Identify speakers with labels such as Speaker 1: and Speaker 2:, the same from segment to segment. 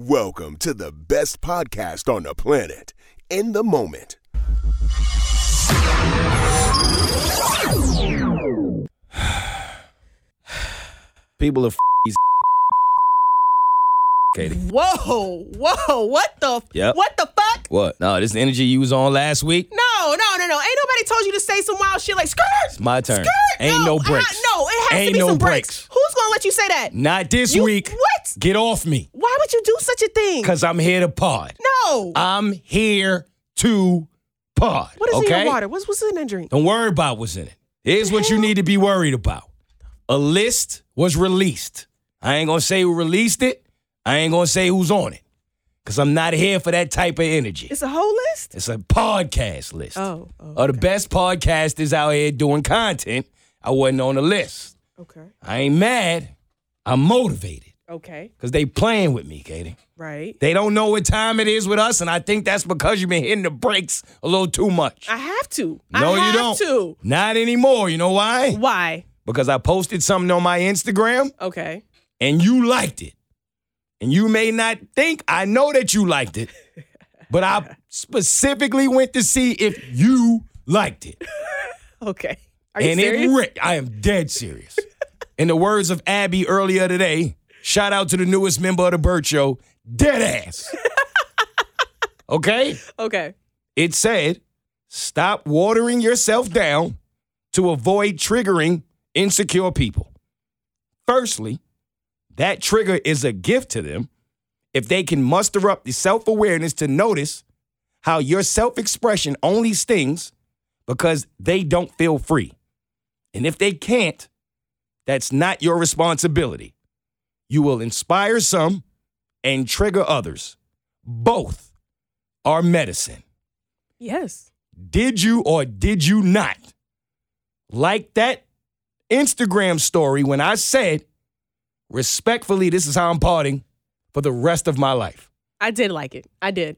Speaker 1: Welcome to the best podcast on the planet, In the Moment.
Speaker 2: People are f***ing Katie.
Speaker 3: Whoa, whoa, what the
Speaker 2: Yep.
Speaker 3: what the fuck?
Speaker 2: What? No, this is the energy you was on last week.
Speaker 3: No, no, no, no. Ain't nobody told you to say some wild shit like skirt.
Speaker 2: It's my turn.
Speaker 3: Skirt.
Speaker 2: Ain't no,
Speaker 3: uh,
Speaker 2: breaks.
Speaker 3: no, it has
Speaker 2: Ain't
Speaker 3: to be
Speaker 2: no
Speaker 3: some
Speaker 2: breaks.
Speaker 3: breaks. Who's gonna let you say that?
Speaker 2: Not this
Speaker 3: You-
Speaker 2: week.
Speaker 3: What?
Speaker 2: Get off me,
Speaker 3: Why would you do such a thing?
Speaker 2: cause I'm here to pod.
Speaker 3: no.
Speaker 2: I'm here to pod.
Speaker 3: what is
Speaker 2: okay?
Speaker 3: in your water? What's what's in that drink?
Speaker 2: Don't worry about what's in it. Here's what you need to be worried about. A list was released. I ain't gonna say who released it. I ain't gonna say who's on it, cause I'm not here for that type of energy.
Speaker 3: It's a whole list.
Speaker 2: It's a podcast list.
Speaker 3: Oh, oh,
Speaker 2: Are the best podcasters out here doing content. I wasn't on the list.
Speaker 3: okay,
Speaker 2: I ain't mad. I'm motivated
Speaker 3: okay,
Speaker 2: because they playing with me, Katie.
Speaker 3: right.
Speaker 2: They don't know what time it is with us, and I think that's because you've been hitting the brakes a little too much.
Speaker 3: I have to.
Speaker 2: no,
Speaker 3: I
Speaker 2: you
Speaker 3: have
Speaker 2: don't. Not anymore. You know
Speaker 3: To.
Speaker 2: why?
Speaker 3: Why?
Speaker 2: Because I posted something on my Instagram
Speaker 3: Okay.
Speaker 2: and you liked it. And you may not think, I know that you liked it, but I specifically went to see if you liked it.
Speaker 3: Okay. Are you
Speaker 2: and
Speaker 3: serious?
Speaker 2: it ripped. I am dead serious. In the words of Abby earlier today, shout out to the newest member of the Bird Show, dead ass. okay?
Speaker 3: okay.
Speaker 2: It said, stop watering yourself down to avoid triggering insecure people. Firstly, that trigger is a gift to them if they can muster up the self awareness to notice how your self expression only stings because they don't feel free. And if they can't, that's not your responsibility. You will inspire some and trigger others. Both are medicine
Speaker 3: Yes.
Speaker 2: did you or did you not like that Instagram story when I said, respectfully, this is how I'm parting for the rest of my life?
Speaker 3: I did like it. I did.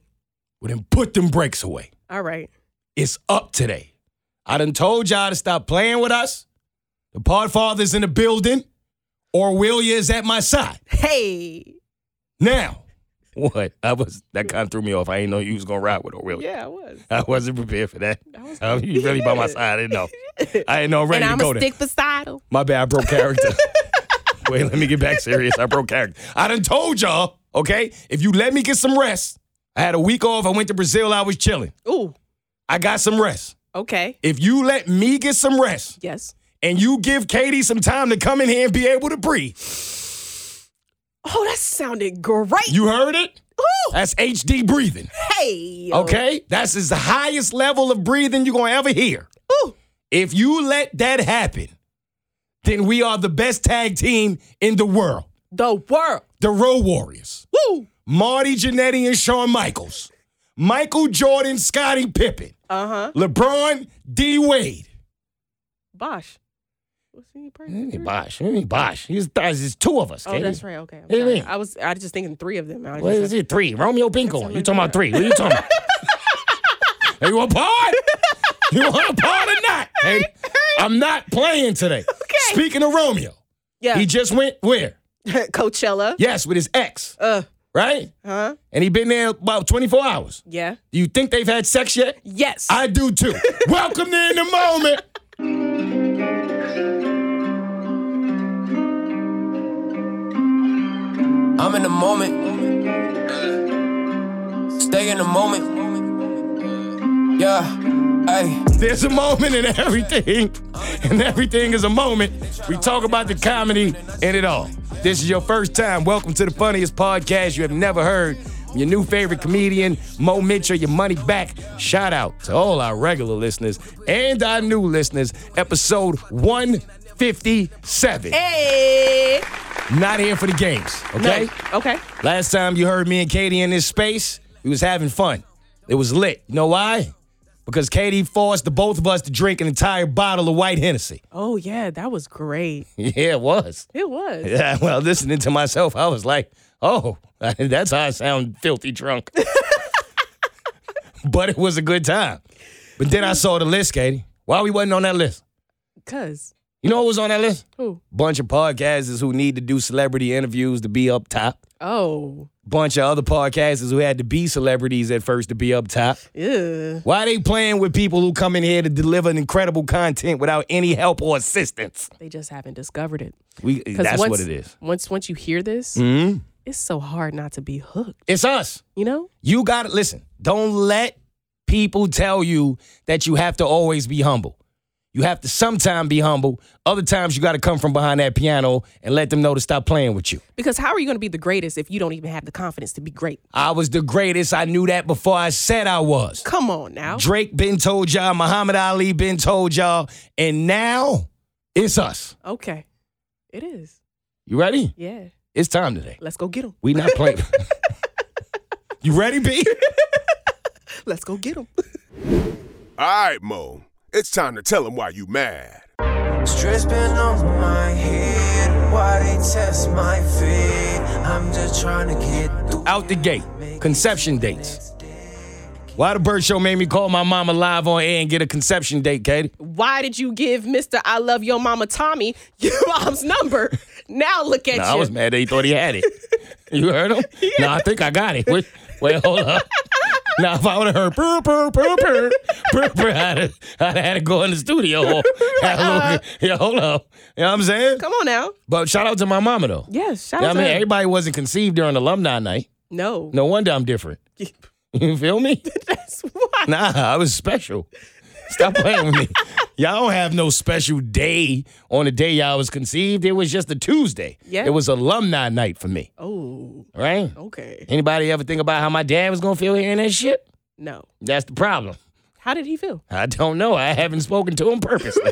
Speaker 2: Well, then put them brakes away.
Speaker 3: All right.
Speaker 2: It's up today. I done told y'all to stop playing with us. The Podfather's in the building. Orwellia is at my side.
Speaker 3: Hey.
Speaker 2: Now, what? I was that kind of threw me off. I didn't know you was gonna ride with Orwellia.
Speaker 3: Yeah, I was.
Speaker 2: I wasn't prepared for that.
Speaker 3: I was-
Speaker 2: Um, you really by my side. I didn't know. I didn't know. I'm ready
Speaker 3: and
Speaker 2: to
Speaker 3: I'm
Speaker 2: go
Speaker 3: gonna
Speaker 2: there.
Speaker 3: stick beside him.
Speaker 2: My bad, I broke character. Wait, let me get back serious. I broke character. I done told y'all, okay? If you let me get some rest, I had a week off. I went to Brazil. I was chilling.
Speaker 3: Ooh.
Speaker 2: I got some rest.
Speaker 3: Okay.
Speaker 2: If you let me get some rest
Speaker 3: Yes.
Speaker 2: and you give Katie some time to come in here and be able to breathe,
Speaker 3: Oh, that sounded great.
Speaker 2: you heard it?
Speaker 3: Ooh,
Speaker 2: That's HD breathing,
Speaker 3: hey.
Speaker 2: okay? That's is the highest level of breathing you're going to ever hear.
Speaker 3: Ooh.
Speaker 2: If you let that happen, then we are the best tag team in the world,
Speaker 3: The world.
Speaker 2: the Road Warriors.
Speaker 3: Woo.
Speaker 2: Marty Jannetty and Shawn Michaels, Michael Jordan, Scottie Pippen,
Speaker 3: Uh huh.
Speaker 2: LeBron, D Wade.
Speaker 3: Bosh. What's he praying? for?
Speaker 2: Bosh, Bosh. He's, there's two of us.
Speaker 3: Oh,
Speaker 2: Katie.
Speaker 3: that's right. Okay. I'm
Speaker 2: What do you
Speaker 3: sorry.
Speaker 2: mean?
Speaker 3: I was. I was just thinking three of them. I was
Speaker 2: What
Speaker 3: just
Speaker 2: is
Speaker 3: like,
Speaker 2: it? Three. Romeo Bingo. You talking about three? What are you talking about? hey, you want a part? You want a part or not? Katie? I'm not playing today.
Speaker 3: Okay.
Speaker 2: Speaking of Romeo,
Speaker 3: yeah.
Speaker 2: he just went where?
Speaker 3: Coachella.
Speaker 2: Yes, with his ex,
Speaker 3: Uh Uh-huh.
Speaker 2: right?
Speaker 3: huh.
Speaker 2: And he been there about 24 hours.
Speaker 3: Yeah.
Speaker 2: Do you think they've had sex yet?
Speaker 3: Yes.
Speaker 2: I do too. Welcome to In the Moment.
Speaker 4: I'm in the moment. Stay in the moment. Yeah, hey.
Speaker 2: There's a moment in everything, and everything is a moment. We talk about the comedy in it all. This is your first time. Welcome to the funniest podcast you have never heard. Your new favorite comedian, Mo Mitchell, your money back. Shout out to all our regular listeners and our new listeners. Episode 157.
Speaker 3: Eh. hey.
Speaker 2: Not here for the games, okay?
Speaker 3: No. Okay.
Speaker 2: Last time you heard me and Katie in this space, we was having fun. It was lit. You know why? Because Katie forced the both of us to drink an entire bottle of white Hennessy.
Speaker 3: Oh yeah, that was great.
Speaker 2: Yeah, it was.
Speaker 3: It was.
Speaker 2: Yeah, well, listening to myself, I was like, oh, that's how I sound filthy drunk. but it was a good time. But then I saw the list, Katie. Why we wasn't on that list?
Speaker 3: Cause
Speaker 2: You know who was on that list?
Speaker 3: Who?
Speaker 2: Bunch of podcasters who need to do celebrity interviews to be up top.
Speaker 3: Oh.
Speaker 2: Bunch of other podcasters who had to be celebrities at first to be up top.
Speaker 3: Yeah.
Speaker 2: Why they playing with people who come in here to deliver incredible content without any help or assistance?
Speaker 3: They just haven't discovered it.
Speaker 2: We
Speaker 3: 'Cause
Speaker 2: that's
Speaker 3: once,
Speaker 2: what it is. Mm. Hmm?
Speaker 3: Once once you hear this, it's so hard not to be hooked.
Speaker 2: It's us.
Speaker 3: You know?
Speaker 2: You got to listen. Don't let people tell you that you have to always be humble. You have to sometime be humble. Other times you got to come from behind that piano and let them know to stop playing with you.
Speaker 3: Because how are you going to be the greatest if you don't even have the confidence to be great?
Speaker 2: I was the greatest. I knew that before I said I was.
Speaker 3: Come on now.
Speaker 2: Drake been told y'all, Muhammad Ali been told y'all, and now it's us.
Speaker 3: Okay. It is.
Speaker 2: You ready?
Speaker 3: Yeah.
Speaker 2: It's time today.
Speaker 3: Let's go get them.
Speaker 2: We not playing. you ready, B?
Speaker 3: Let's go get them.
Speaker 1: All right, Mo, it's time to tell them why you mad.
Speaker 4: Stress been on my head. Why they test my feet? I'm just trying to get through.
Speaker 2: Out the gate. Conception dates. Why the bird show made me call my mama live on air and get a conception date, Katie?
Speaker 3: Why did you give Mr. I Love Your Mama Tommy your mom's number? Now look at
Speaker 2: Nah,
Speaker 3: you.
Speaker 2: I was mad that he thought he had it. You heard him? No, I think I got it. Wait, wait hold up. Now, if I would have heard purr, purr, purr, purr, purr, purr, I'd have, I'd have had to go in the studio. Or, yeah, hold up. You know what I'm saying?
Speaker 3: Come on now.
Speaker 2: But shout out to my mama, though.
Speaker 3: Yes. Shout
Speaker 2: You know
Speaker 3: out
Speaker 2: what I
Speaker 3: to
Speaker 2: mean,
Speaker 3: her.
Speaker 2: everybody wasn't conceived during alumni night.
Speaker 3: No.
Speaker 2: No wonder I'm different. You feel me?
Speaker 3: That's why.
Speaker 2: Nah, I was special. Stop playing with me. Y'all don't have no special day on the day y'all was conceived. It was just a Tuesday.
Speaker 3: Yeah.
Speaker 2: It was alumni night for me,
Speaker 3: Oh,
Speaker 2: right?
Speaker 3: okay.
Speaker 2: Anybody ever think about how my dad was gonna feel hearing that shit?
Speaker 3: No.
Speaker 2: That's the problem.
Speaker 3: How did he feel?
Speaker 2: I don't know. I haven't spoken to him purposely.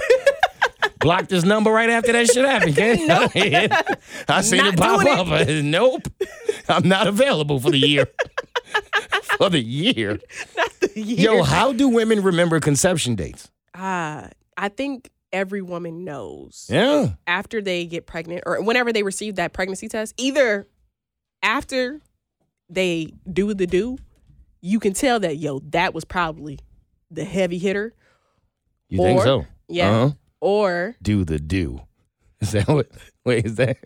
Speaker 2: Blocked his number right after that shit happened, kid. I seen
Speaker 3: Not
Speaker 2: it pop
Speaker 3: doing
Speaker 2: up. nope. I'm not available for the year. for the year. Yo, how do women remember conception dates?
Speaker 3: Ah, I think every woman knows
Speaker 2: Yeah.
Speaker 3: after they get pregnant or whenever they receive that pregnancy test, either after they do the do, you can tell that, yo, that was probably the heavy hitter.
Speaker 2: You think
Speaker 3: Or-
Speaker 2: so?
Speaker 3: Yeah.
Speaker 2: Uh-huh.
Speaker 3: Or
Speaker 2: Do the do. Is that what? Wait, is that?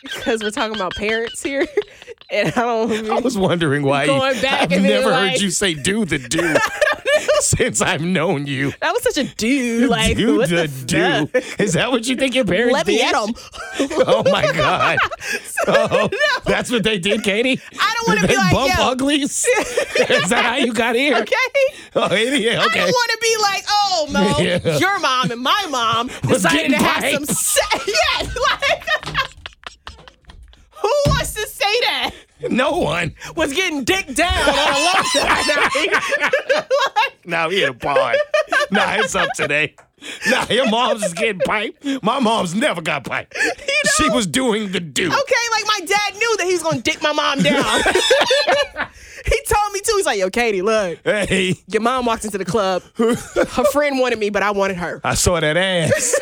Speaker 3: because we're talking about parents here, and I don't.
Speaker 2: I was wondering why. you-
Speaker 3: Going back
Speaker 2: I've
Speaker 3: and then,
Speaker 2: never
Speaker 3: like-
Speaker 2: heard you say do the do since I've known you.
Speaker 3: that was such a dude. Like,
Speaker 2: do
Speaker 3: what
Speaker 2: the,
Speaker 3: the
Speaker 2: do. Is that what you think your parents
Speaker 3: Let me
Speaker 2: did?
Speaker 3: at him.
Speaker 2: Oh my god. Oh, That's what they did, Katie.
Speaker 3: I don't want
Speaker 2: Did
Speaker 3: to
Speaker 2: they
Speaker 3: be like,
Speaker 2: bump
Speaker 3: yo,
Speaker 2: uglies. is that how you got here?
Speaker 3: okay.
Speaker 2: Oh, yeah,
Speaker 3: I
Speaker 2: okay.
Speaker 3: don't want to be like, oh Mo,
Speaker 2: Yeah.
Speaker 3: your mom and my mom decided
Speaker 2: getting
Speaker 3: to have some
Speaker 2: pipes.
Speaker 3: sex. Yes, like who wants to say that?
Speaker 2: No one.
Speaker 3: Was getting dick down on a lunch night.
Speaker 2: Now we in a pod. nah, it's up today. Nah, your mom's is getting piped. My mom's never got piped. She was doing the do.
Speaker 3: okay, like my dad knew that he was gonna dick my mom down. he told me too. He's like, yo, Katie, look,
Speaker 2: Hey,
Speaker 3: your mom walked into the club. Her friend wanted me, but I wanted her.
Speaker 2: I saw that ass.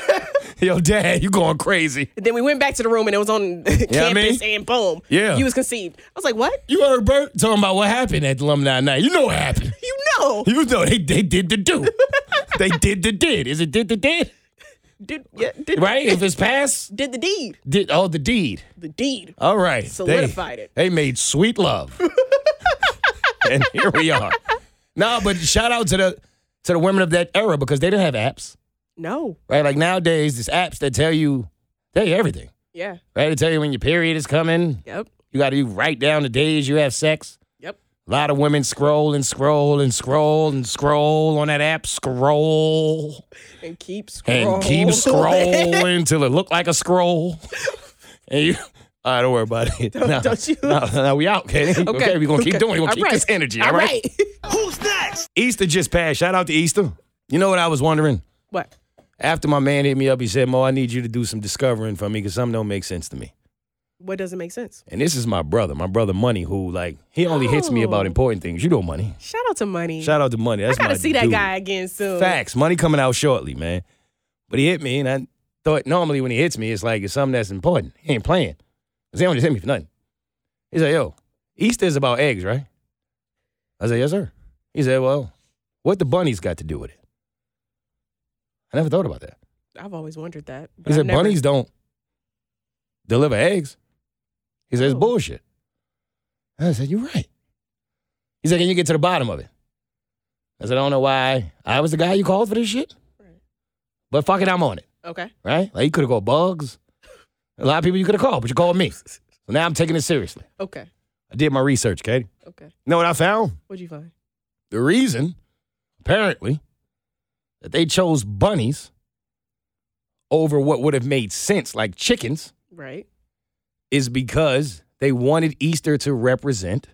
Speaker 2: Yo, dad, you going crazy.
Speaker 3: Then we went back to the room and it was on campus
Speaker 2: I mean?
Speaker 3: and boom.
Speaker 2: Yeah.
Speaker 3: You was conceived. I was like, what?
Speaker 2: You heard Bert talking about what happened at alumni night. You know what happened.
Speaker 3: You know.
Speaker 2: You know they, they did the do. they did the did. Is it did the did?
Speaker 3: Did, yeah, did,
Speaker 2: Right? If it's past,
Speaker 3: did the deed.
Speaker 2: did all the deed.
Speaker 3: The deed.
Speaker 2: All right. They-
Speaker 3: Solidified it.
Speaker 2: They made sweet love. and here we are. No, but shout out to the to the women of that era because they didn't have apps.
Speaker 3: No.
Speaker 2: Right? Like nowadays, there's apps that tell you tell you everything.
Speaker 3: Yeah.
Speaker 2: Right? They tell you when your period is coming.
Speaker 3: Yep.
Speaker 2: You gotta you write down the days you have sex.
Speaker 3: Yep.
Speaker 2: A lot of women scroll and scroll and scroll and scroll on that app. Scroll.
Speaker 3: And keep scrolling.
Speaker 2: and keep scrolling till it look like a scroll. And you, all right, don't worry about it. Don't,
Speaker 3: don't you-
Speaker 2: No, no, we out, okay? Okay, we're gonna keep
Speaker 3: okay.
Speaker 2: doing it. We're gonna
Speaker 3: All
Speaker 2: keep
Speaker 3: right.
Speaker 2: this energy,
Speaker 3: All right.
Speaker 2: Easter just passed. Shout out to Easter. You know what I was wondering?
Speaker 3: what?
Speaker 2: After my man hit me up, he said, Mo, I need you to do some discovering for me because something don't make sense to me.
Speaker 3: What doesn't make sense?
Speaker 2: And this is my brother, my brother Money, who, like, he only hits me about
Speaker 3: Oh.
Speaker 2: important things. You know Money.
Speaker 3: Shout out to Money.
Speaker 2: Shout out to Money.
Speaker 3: I
Speaker 2: That's
Speaker 3: gotta
Speaker 2: my
Speaker 3: see that
Speaker 2: dude.
Speaker 3: guy again soon.
Speaker 2: Facts. Money coming out shortly, man. But he hit me, and I thought normally when he hits me, it's like it's something that's important. He ain't playing. 'Cause he don't just hit me for nothing. He said, yo, Easter is about eggs, right? I said, yes, sir. He said, well, what the bunnies got to do with it? I never thought about that.
Speaker 3: I've always wondered that. but
Speaker 2: He
Speaker 3: I've
Speaker 2: said
Speaker 3: never-
Speaker 2: bunnies don't deliver eggs. He says
Speaker 3: Oh.
Speaker 2: bullshit. I said, You're right. He said, Can you get to the bottom of it? I said, I don't know why I was the guy you called for this shit.
Speaker 3: Right.
Speaker 2: But fuck it, I'm on it.
Speaker 3: Okay.
Speaker 2: Right? Like you could have called bugs. A lot of people you could have called, but you called me. So now I'm taking it seriously.
Speaker 3: Okay.
Speaker 2: I did my research, Katie.
Speaker 3: Okay.
Speaker 2: You know what I found?
Speaker 3: What'd you find?
Speaker 2: The reason, apparently, that they chose bunnies over what would have made sense, like chickens,
Speaker 3: Right.
Speaker 2: is because they wanted Easter to represent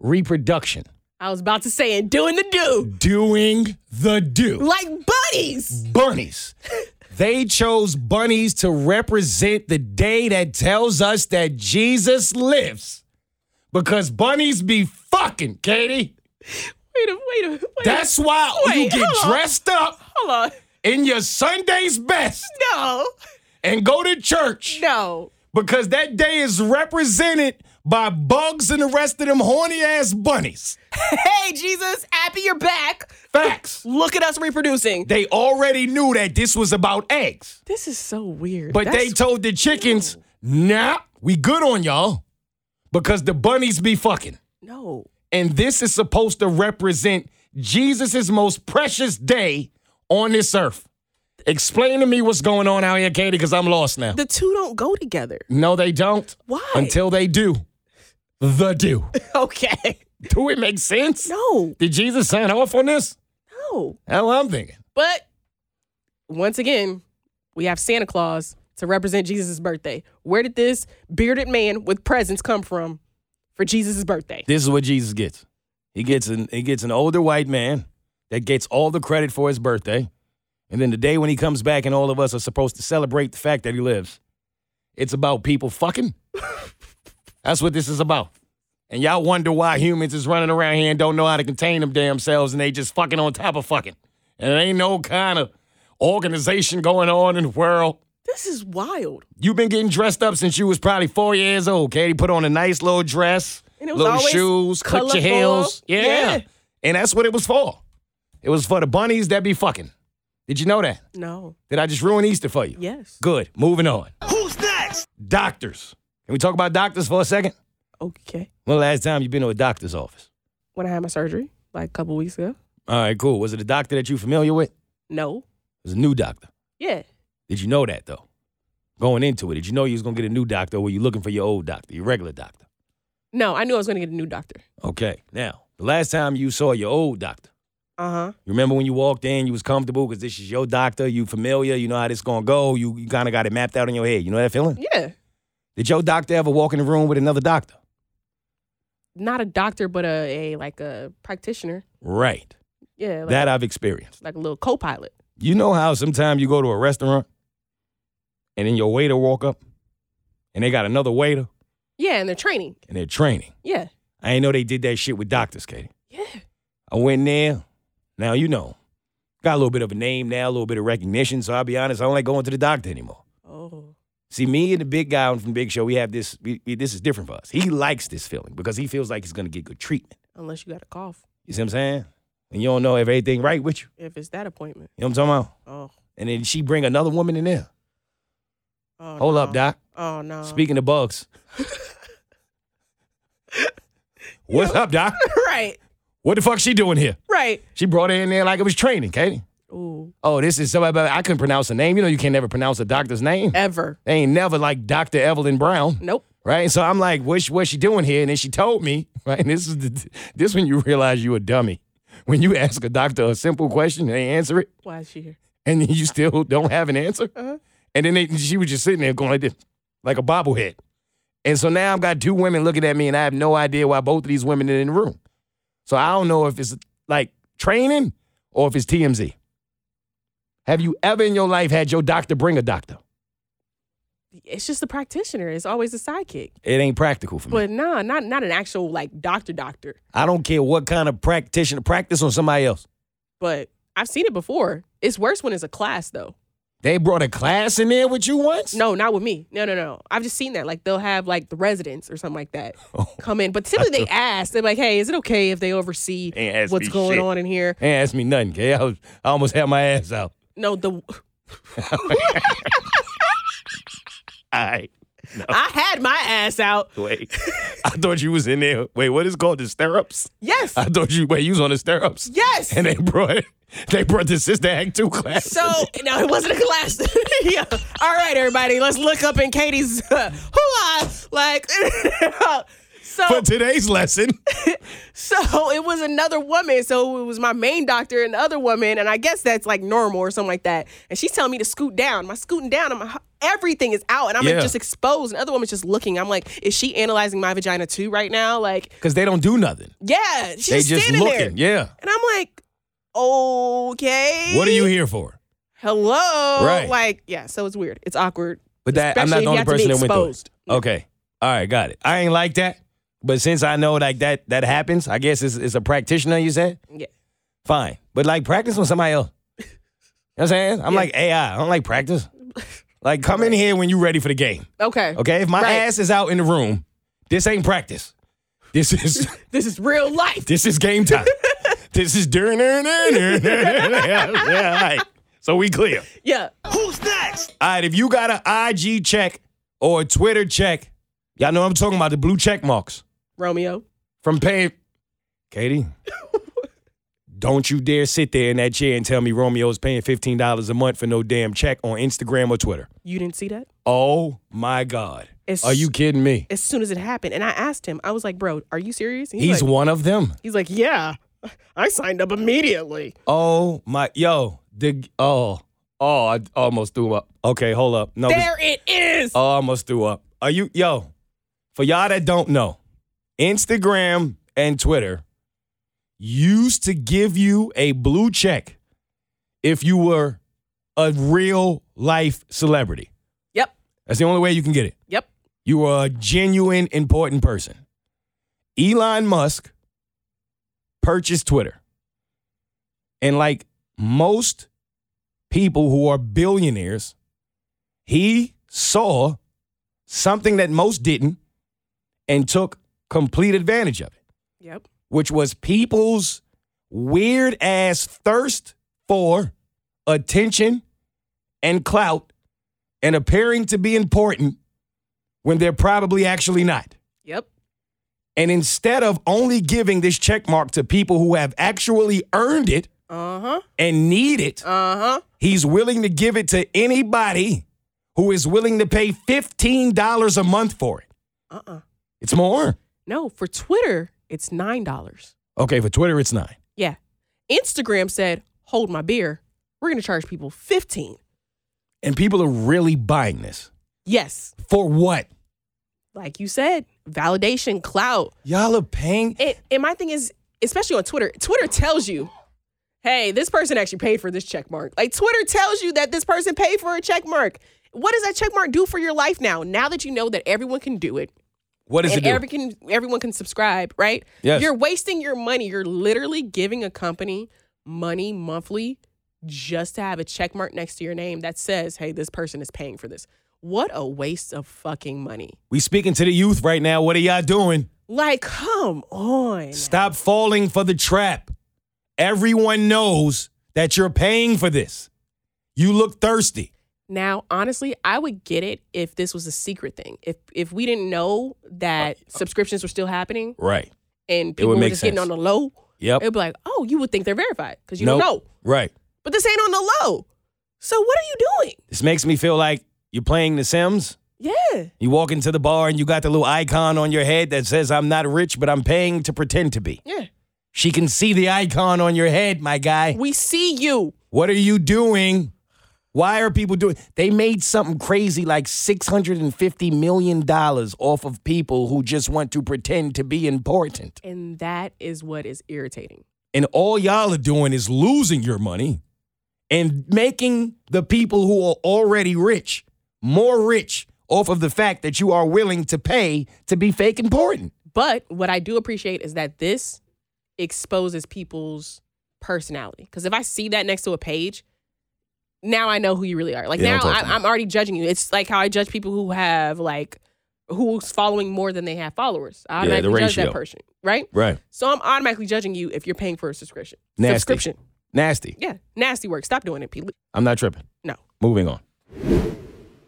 Speaker 2: reproduction,
Speaker 3: I was about to say and doing the do
Speaker 2: doing the do.
Speaker 3: like buddies.
Speaker 2: Bunnies. They chose bunnies to represent the day that tells us that Jesus lives. Because bunnies be fucking, Katie.
Speaker 3: Wait a wait a wait. a-
Speaker 2: That's why you
Speaker 3: Wait,
Speaker 2: get
Speaker 3: hold on.
Speaker 2: dressed up
Speaker 3: hold on.
Speaker 2: in your Sunday's best
Speaker 3: No.
Speaker 2: and go to church
Speaker 3: No.
Speaker 2: because that day is represented by bugs and the rest of them horny ass bunnies.
Speaker 3: Hey Jesus, happy you're back.
Speaker 2: Facts.
Speaker 3: Look at us reproducing.
Speaker 2: They already knew that this was about eggs,
Speaker 3: This is so weird.
Speaker 2: but they
Speaker 3: That's-
Speaker 2: told the chickens, nah, we good on y'all because the bunnies be fucking.
Speaker 3: no.
Speaker 2: And this is supposed to represent Jesus' most precious day on this earth. Explain to me what's going on out here, Katie, because I'm lost now.
Speaker 3: The two don't go together.
Speaker 2: No, they don't.
Speaker 3: Why?
Speaker 2: Until they do. The do.
Speaker 3: Okay.
Speaker 2: do it make sense?
Speaker 3: No.
Speaker 2: Did Jesus sign off on this?
Speaker 3: No.
Speaker 2: Hell, I'm thinking.
Speaker 3: But once again, we have Santa Claus to represent Jesus' birthday. Where did this bearded man with presents come from for Jesus' birthday?
Speaker 2: This is what Jesus gets. He gets an he gets an older white man that gets all the credit for his birthday. And then the day when he comes back and all of us are supposed to celebrate the fact that he lives. It's about people fucking. That's what this is about. And y'all wonder why humans is running around here and don't know how to contain them damn selves and they just fucking on top of fucking. And there ain't no kind of organization going on in the world.
Speaker 3: This is wild.
Speaker 2: You've been getting dressed up since you was probably four years old, Katie. Put on a nice little dress,
Speaker 3: And it was
Speaker 2: little
Speaker 3: always
Speaker 2: shoes, cut your
Speaker 3: colorful.
Speaker 2: heels. Yeah.
Speaker 3: Yeah.
Speaker 2: And that's what it was for. It was for the bunnies that be fucking. Did you know that?
Speaker 3: No.
Speaker 2: Did I just ruin Easter for you?
Speaker 3: Yes.
Speaker 2: Good. Moving on. Who's next? Doctors. Can we talk about doctors for a second?
Speaker 3: Okay.
Speaker 2: When the last time you been to a doctor's office?
Speaker 3: When I had my surgery, like a couple weeks ago.
Speaker 2: All right, cool. Was it a doctor that you familiar with? It
Speaker 3: No.
Speaker 2: was a new doctor.
Speaker 3: Yeah.
Speaker 2: Did you know that though? Going into it, did you know you was gonna get a new doctor or were you looking for your old doctor, your regular doctor?
Speaker 3: No, I knew I was going to get a new doctor.
Speaker 2: Okay. Now, the last time you saw your old doctor,
Speaker 3: Uh huh.
Speaker 2: you remember when you walked in, you was comfortable because this is your doctor, you familiar, you know how this gonna go, you, you kind of got it mapped out in your head. You know that feeling?
Speaker 3: Yeah.
Speaker 2: Did your doctor ever walk in the room with another doctor?
Speaker 3: Not a doctor, but a, a like a practitioner.
Speaker 2: Right.
Speaker 3: Yeah. Like,
Speaker 2: that I've experienced.
Speaker 3: like a little co pilot.
Speaker 2: You know how sometimes you go to a restaurant and then your waiter walk up and they got another waiter
Speaker 3: Yeah. And they're training.
Speaker 2: and they're training.
Speaker 3: Yeah.
Speaker 2: I ain't know they did that shit with doctors, Katie.
Speaker 3: Yeah.
Speaker 2: I went there. Now you know. Got a little bit of a name now, a little bit of recognition. So I'll be honest, I don't like going to the doctor anymore.
Speaker 3: Oh.
Speaker 2: See, me and the big guy from Big Show, we have this. We, we- this is different for us. He likes this feeling because he feels like he's gonna get good treatment.
Speaker 3: Unless you got a cough
Speaker 2: You see what I'm saying? And you don't know if everything right with you.
Speaker 3: if it's that appointment.
Speaker 2: You know what I'm talking about?
Speaker 3: Oh.
Speaker 2: And then she bring another woman in there.
Speaker 3: oh
Speaker 2: Hold up,
Speaker 3: no.
Speaker 2: doc.
Speaker 3: Oh, no.
Speaker 2: Speaking of bugs, what's up, doc?
Speaker 3: right.
Speaker 2: What the fuck she doing here?
Speaker 3: Right.
Speaker 2: She brought her in there like it was training, Katie.
Speaker 3: Ooh.
Speaker 2: Oh, this is somebody. I couldn't pronounce her name. You know, you can't never pronounce a doctor's name.
Speaker 3: Ever.
Speaker 2: They ain't never like Dr. Evelyn Brown.
Speaker 3: Nope.
Speaker 2: Right? So I'm like, what's what's she doing here? And then she told me, right? And this is the, this when you realize you a dummy. When you ask a doctor a simple question, and they answer it,
Speaker 3: Why is she here?
Speaker 2: and then you still don't have an answer.
Speaker 3: Uh-huh.
Speaker 2: And then they, she was just sitting there going like this, like a bobblehead. And so now I've got two women looking at me, and I have no idea why both of these women are in the room. So I don't know if it's like training or if it's TMZ. Have you ever in your life had your doctor bring a doctor?
Speaker 3: It's just the practitioner. It's always a sidekick.
Speaker 2: It ain't practical for me.
Speaker 3: But nah, not not an actual like doctor doctor.
Speaker 2: I don't care what kind of practitioner practice on somebody else.
Speaker 3: But I've seen it before. It's worse when it's a class though.
Speaker 2: They brought a class in there with you once?
Speaker 3: No, not with me. No, no, no. I've just seen that. Like they'll have like the residents or something like that
Speaker 2: Oh.
Speaker 3: come in. But typically they ask. They're like, hey, is it okay if they oversee
Speaker 2: They ask
Speaker 3: what's
Speaker 2: me
Speaker 3: going
Speaker 2: shit.
Speaker 3: on in here?
Speaker 2: They ain't asked me nothing, Kay. I, was, I almost had my ass out.
Speaker 3: No, the
Speaker 2: All right.
Speaker 3: I had my ass out.
Speaker 2: Wait. I thought you was in there. Wait, what is it called? The stirrups?
Speaker 3: Yes.
Speaker 2: I thought you wait, you was on the stirrups.
Speaker 3: Yes.
Speaker 2: And they brought they brought the sister act two class.
Speaker 3: So no, it wasn't a class. yeah. All right, everybody, let's look up in Katie's uh, hoo Like, so
Speaker 2: for today's lesson.
Speaker 3: so it was another woman. So it was my main doctor and the other woman, and I guess that's like normal or something like that. And she's telling me to scoot down. My scooting down, I'm uh, everything is out, and I'm like,
Speaker 2: Yeah.
Speaker 3: just exposed. And the other woman's just looking. I'm like, is she analyzing my vagina too right now? Like,
Speaker 2: Because they don't do nothing.
Speaker 3: yeah, she's
Speaker 2: They just
Speaker 3: standing
Speaker 2: looking.
Speaker 3: there.
Speaker 2: Yeah.
Speaker 3: And I'm like, okay,
Speaker 2: What are you here for?
Speaker 3: Hello,
Speaker 2: Right.
Speaker 3: Like, yeah. So it's weird. It's awkward.
Speaker 2: But that
Speaker 3: Especially
Speaker 2: I'm not
Speaker 3: if
Speaker 2: the
Speaker 3: you
Speaker 2: only
Speaker 3: have to be
Speaker 2: person that went through. it.
Speaker 3: exposed.
Speaker 2: Okay. All right, got it. I ain't like that. But since I know like that that happens, I guess it's, it's a practitioner, you said?
Speaker 3: Yeah.
Speaker 2: Fine. But like practice with somebody else. You know what I'm saying? I'm
Speaker 3: Yeah.
Speaker 2: like AI. I don't like practice. Like come in here when you ready for the game.
Speaker 3: Okay.
Speaker 2: Okay? If my
Speaker 3: Right.
Speaker 2: ass is out in the room, this ain't practice. This is
Speaker 3: This is real life.
Speaker 2: this is game time. this is during yeah, yeah, all right. So we clear.
Speaker 3: Yeah.
Speaker 2: All right, if you got an IG check or a Twitter check, y'all know I'm talking about the blue check marks
Speaker 3: Romeo.
Speaker 2: from pay. Katie, don't you dare sit there in that chair and tell me Romeo's paying $15 a month for no damn check on Instagram or Twitter.
Speaker 3: You didn't see that?
Speaker 2: Oh my God.
Speaker 3: It's-
Speaker 2: Are you kidding me?
Speaker 3: As soon as it happened. And I asked him, I was like, bro, are you serious? And
Speaker 2: He's
Speaker 3: like,
Speaker 2: one of them.
Speaker 3: he's like, yeah. I signed up immediately.
Speaker 2: Oh my, yo, the oh, oh, I almost threw up. Okay, hold up. No, this-
Speaker 3: There it is.
Speaker 2: oh, I almost threw up. Are you, yo? For y'all that don't know, Instagram and Twitter used to give you a blue check if you were a real life celebrity.
Speaker 3: Yep.
Speaker 2: That's the only way you can get it.
Speaker 3: Yep.
Speaker 2: You are a genuine, important person. Elon Musk purchased Twitter. And like most people who are billionaires, he saw something that most didn't and took complete advantage of it,
Speaker 3: Yep.
Speaker 2: which was people's weird ass thirst for attention and clout and appearing to be important when they're probably actually not.
Speaker 3: Yep.
Speaker 2: And instead of only giving this check mark to people who have actually earned it
Speaker 3: Uh huh.
Speaker 2: and need it,
Speaker 3: Uh huh.
Speaker 2: he's willing to give it to anybody who is willing to pay $15 a month for it.
Speaker 3: Uh uh
Speaker 2: It's more.
Speaker 3: No, for Twitter, it's $9.
Speaker 2: Okay, for Twitter, it's nine.
Speaker 3: Yeah. Instagram said, hold my beer. We're going to charge people 15
Speaker 2: And people are really buying this.
Speaker 3: Yes.
Speaker 2: For what?
Speaker 3: Like you said, validation, clout.
Speaker 2: Y'all are paying.
Speaker 3: And, and my thing is, especially on Twitter, Twitter tells you, hey, this person actually paid for this check mark. Like Twitter tells you that this person paid for a check mark. What does that check mark do for your life now? Now that you know that everyone can do it
Speaker 2: What is it
Speaker 3: and
Speaker 2: doing?
Speaker 3: every can, everyone can subscribe, right?
Speaker 2: Yes.
Speaker 3: You're wasting your money. You're literally giving a company money monthly just to have a check mark next to your name that says, hey, this person is paying for this. What a waste of fucking money.
Speaker 2: we speaking to the youth right now. What are y'all doing?
Speaker 3: Like, come on.
Speaker 2: Stop falling for the trap. Everyone knows that you're paying for this. You look thirsty.
Speaker 3: Now, honestly, I would get it if this was a secret thing. If if we didn't know that
Speaker 2: Oh,
Speaker 3: subscriptions were still happening
Speaker 2: Right.
Speaker 3: and people were
Speaker 2: make
Speaker 3: just getting on
Speaker 2: sense.
Speaker 3: the low,
Speaker 2: Yep.
Speaker 3: it'd be like, oh, you would think they're verified because you
Speaker 2: Nope.
Speaker 3: don't know.
Speaker 2: Right.
Speaker 3: But this ain't on the low. So what are you doing?
Speaker 2: This makes me feel like you're playing The Sims.
Speaker 3: Yeah.
Speaker 2: You walk into the bar and you got the little icon on your head that says, I'm not rich, but I'm paying to pretend to be.
Speaker 3: Yeah.
Speaker 2: She can see the icon on your head, my guy.
Speaker 3: We see you.
Speaker 2: What are you doing? Why are people doing? They made something crazy like $650 million off of people who just want to pretend to be important.
Speaker 3: And that is what is irritating.
Speaker 2: And all y'all are doing is losing your money and making the people who are already rich more rich off of the fact that you are willing to pay to be fake important.
Speaker 3: But what I do appreciate is that this exposes people's personality. Because if I see that next to a page, now I know who you really are. Like
Speaker 2: Yeah, don't
Speaker 3: now
Speaker 2: talk
Speaker 3: I,
Speaker 2: to me.
Speaker 3: I'm already judging you. It's like how I judge people who have like who's following more than they have followers.
Speaker 2: Yeah,
Speaker 3: I
Speaker 2: the
Speaker 3: automatically judge that
Speaker 2: ratio.
Speaker 3: person, right?
Speaker 2: Right.
Speaker 3: So I'm automatically judging you if you're paying for a subscription.
Speaker 2: Nasty.
Speaker 3: Subscription.
Speaker 2: Nasty.
Speaker 3: Yeah, nasty work. Stop doing it, Pete.
Speaker 2: I'm not tripping.
Speaker 3: No.
Speaker 2: Moving on.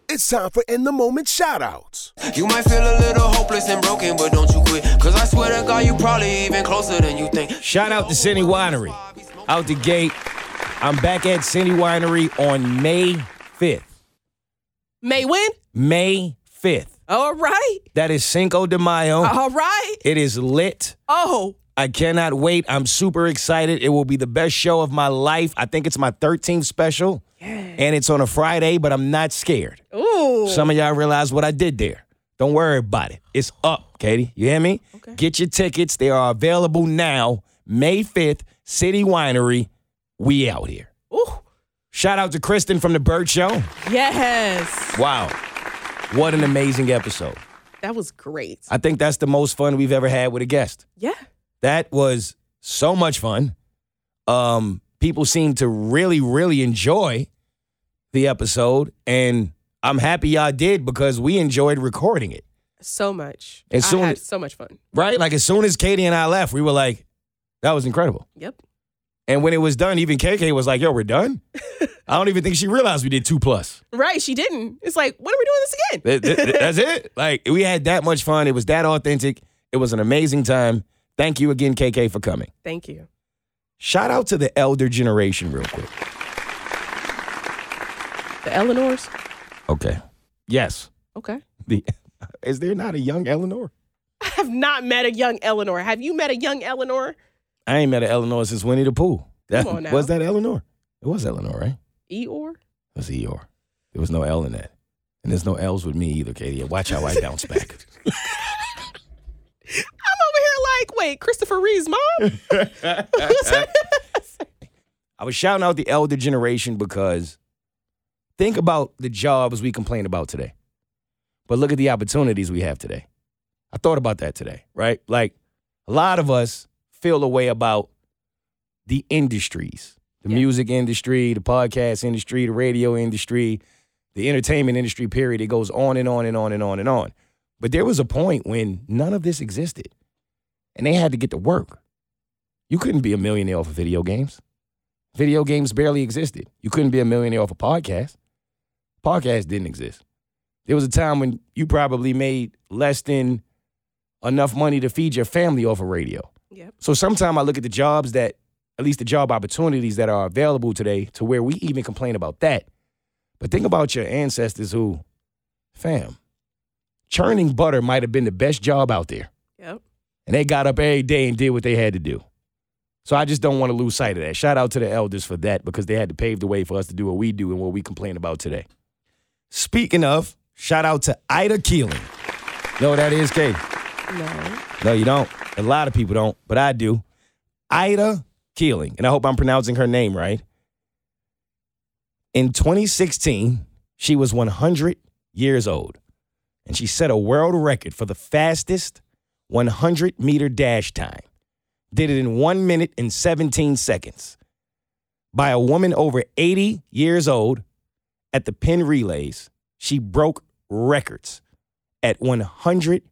Speaker 1: It's time for In the Moment shoutouts.
Speaker 4: You might feel a little hopeless and broken, but don't you quit. Cause I swear to God, you probably even closer than you think.
Speaker 2: Shout out to Cine Winery. Out the gate. I'm back at Cine Winery on May 5th.
Speaker 3: May win.
Speaker 2: May 5th.
Speaker 3: All right.
Speaker 2: That is Cinco de Mayo.
Speaker 3: All right.
Speaker 2: It is lit.
Speaker 3: Oh,
Speaker 2: I cannot wait. I'm super excited. It will be the best show of my life. I think it's my 13th special. And it's on a Friday, but I'm not scared.
Speaker 3: ooh.
Speaker 2: Some of y'all realize what I did there. Don't worry about it. It's up, Katie. You hear me?
Speaker 3: Okay.
Speaker 2: Get your tickets. They are available now. May 5th, City Winery. We out here.
Speaker 3: Ooh.
Speaker 2: Shout out to Kristen from The Bird Show.
Speaker 3: Yes.
Speaker 2: Wow. What an amazing episode.
Speaker 3: That was great.
Speaker 2: I think that's the most fun we've ever had with a guest.
Speaker 3: Yeah.
Speaker 2: That was so much fun. Um, people seem to really, really enjoy the episode, and I'm happy y'all did because we enjoyed recording it.
Speaker 3: So much.
Speaker 2: And soon-
Speaker 3: I had so much fun.
Speaker 2: Right? Like as soon as Katie and I left, we were like, "That was incredible."
Speaker 3: Yep.
Speaker 2: And when it was done, even KK was like, "Yo, we're done." I don't even think she realized we did two plus.
Speaker 3: Right. She didn't. It's like, when are we doing this again?
Speaker 2: That- that- that- That's it. Like we had that much fun. It was that authentic. It was an amazing time. Thank you again, KK, for coming.
Speaker 3: Thank you.
Speaker 2: Shout out to the elder generation, real quick.
Speaker 3: The Eleanors.
Speaker 2: Okay. Yes.
Speaker 3: Okay.
Speaker 2: The is there not a young Eleanor?
Speaker 3: I have not met a young Eleanor. Have you met a young Eleanor?
Speaker 2: I ain't met an Eleanor since Winnie the Pooh. That,
Speaker 3: Come on now.
Speaker 2: Was that Eleanor? It was Eleanor, right?
Speaker 3: Eeyore?
Speaker 2: It was Eeyore. There was no L in that. And there's no L's with me either, Katie. Watch how I bounce back.
Speaker 3: I'm over here like, wait, Christopher Reeve's mom?
Speaker 2: I was shouting out the elder generation because think about the jobs we complain about today. But look at the opportunities we have today. I thought about that today, right? Like a lot of us feel a way about the industries the
Speaker 3: Yeah.
Speaker 2: music industry, the podcast industry, the radio industry, the entertainment industry, period. It goes on and on and on and on and on. But there was a point when none of this existed and they had to get to work. You couldn't be a millionaire off of video games. Video games barely existed. You couldn't be a millionaire off a podcast. Podcast didn't exist. There was a time when you probably made less than enough money to feed your family off of radio.
Speaker 3: Yep.
Speaker 2: So sometimes I look at the jobs that, at least the job opportunities that are available today, to where we even complain about that. But think about your ancestors who, fam, churning butter might have been the best job out there
Speaker 3: Yep.
Speaker 2: and they got up every day and did what they had to do. So I just don't want to lose sight of that. Shout out to the elders for that because they had to pave the way for us to do what we do and what we complain about today. Speaking of, shout out to Ida Keeling. No, that is Katie.
Speaker 3: No.
Speaker 2: No, you don't. A lot of people don't, but I do. Ida Keeling, and I hope I'm pronouncing her name right. In 2016, she was 100 years old, and she set a world record for the fastest 100 meter dash time. Did it in 1 minute and 17 seconds by a woman over 80 years old at the pin relays. She broke records at 100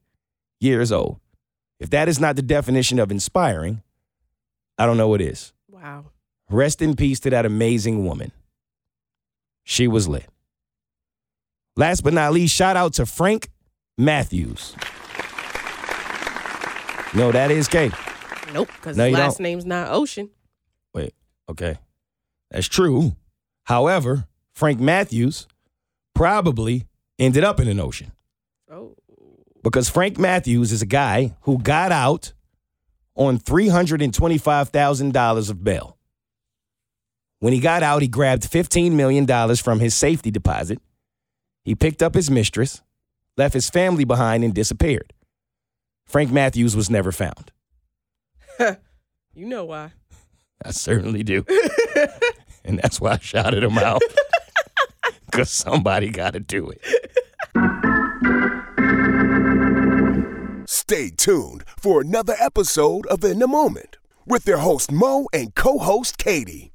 Speaker 2: years old. If that is not the definition of inspiring, I don't know what is.
Speaker 3: Wow.
Speaker 2: Rest in peace to that amazing woman. She was lit. Last but not least, shout out to Frank Matthews. No, that is Kate.
Speaker 3: Nope. Because
Speaker 2: No,
Speaker 3: his
Speaker 2: you
Speaker 3: last
Speaker 2: don't.
Speaker 3: name's not Ocean.
Speaker 2: Wait, okay. That's true. However, Frank Matthews probably ended up in an ocean.
Speaker 3: Oh.
Speaker 2: because Frank Matthews is a guy who got out on $325,000 of bail. When he got out, he grabbed $15 million from his safety deposit. He picked up his mistress, left his family behind, and disappeared. Frank Matthews was never found.
Speaker 3: You know why.
Speaker 2: I certainly do. and that's why I shouted him out. Because somebody got to do it.
Speaker 1: Stay tuned for another episode of In the Moment with their host Mo and co host Katie.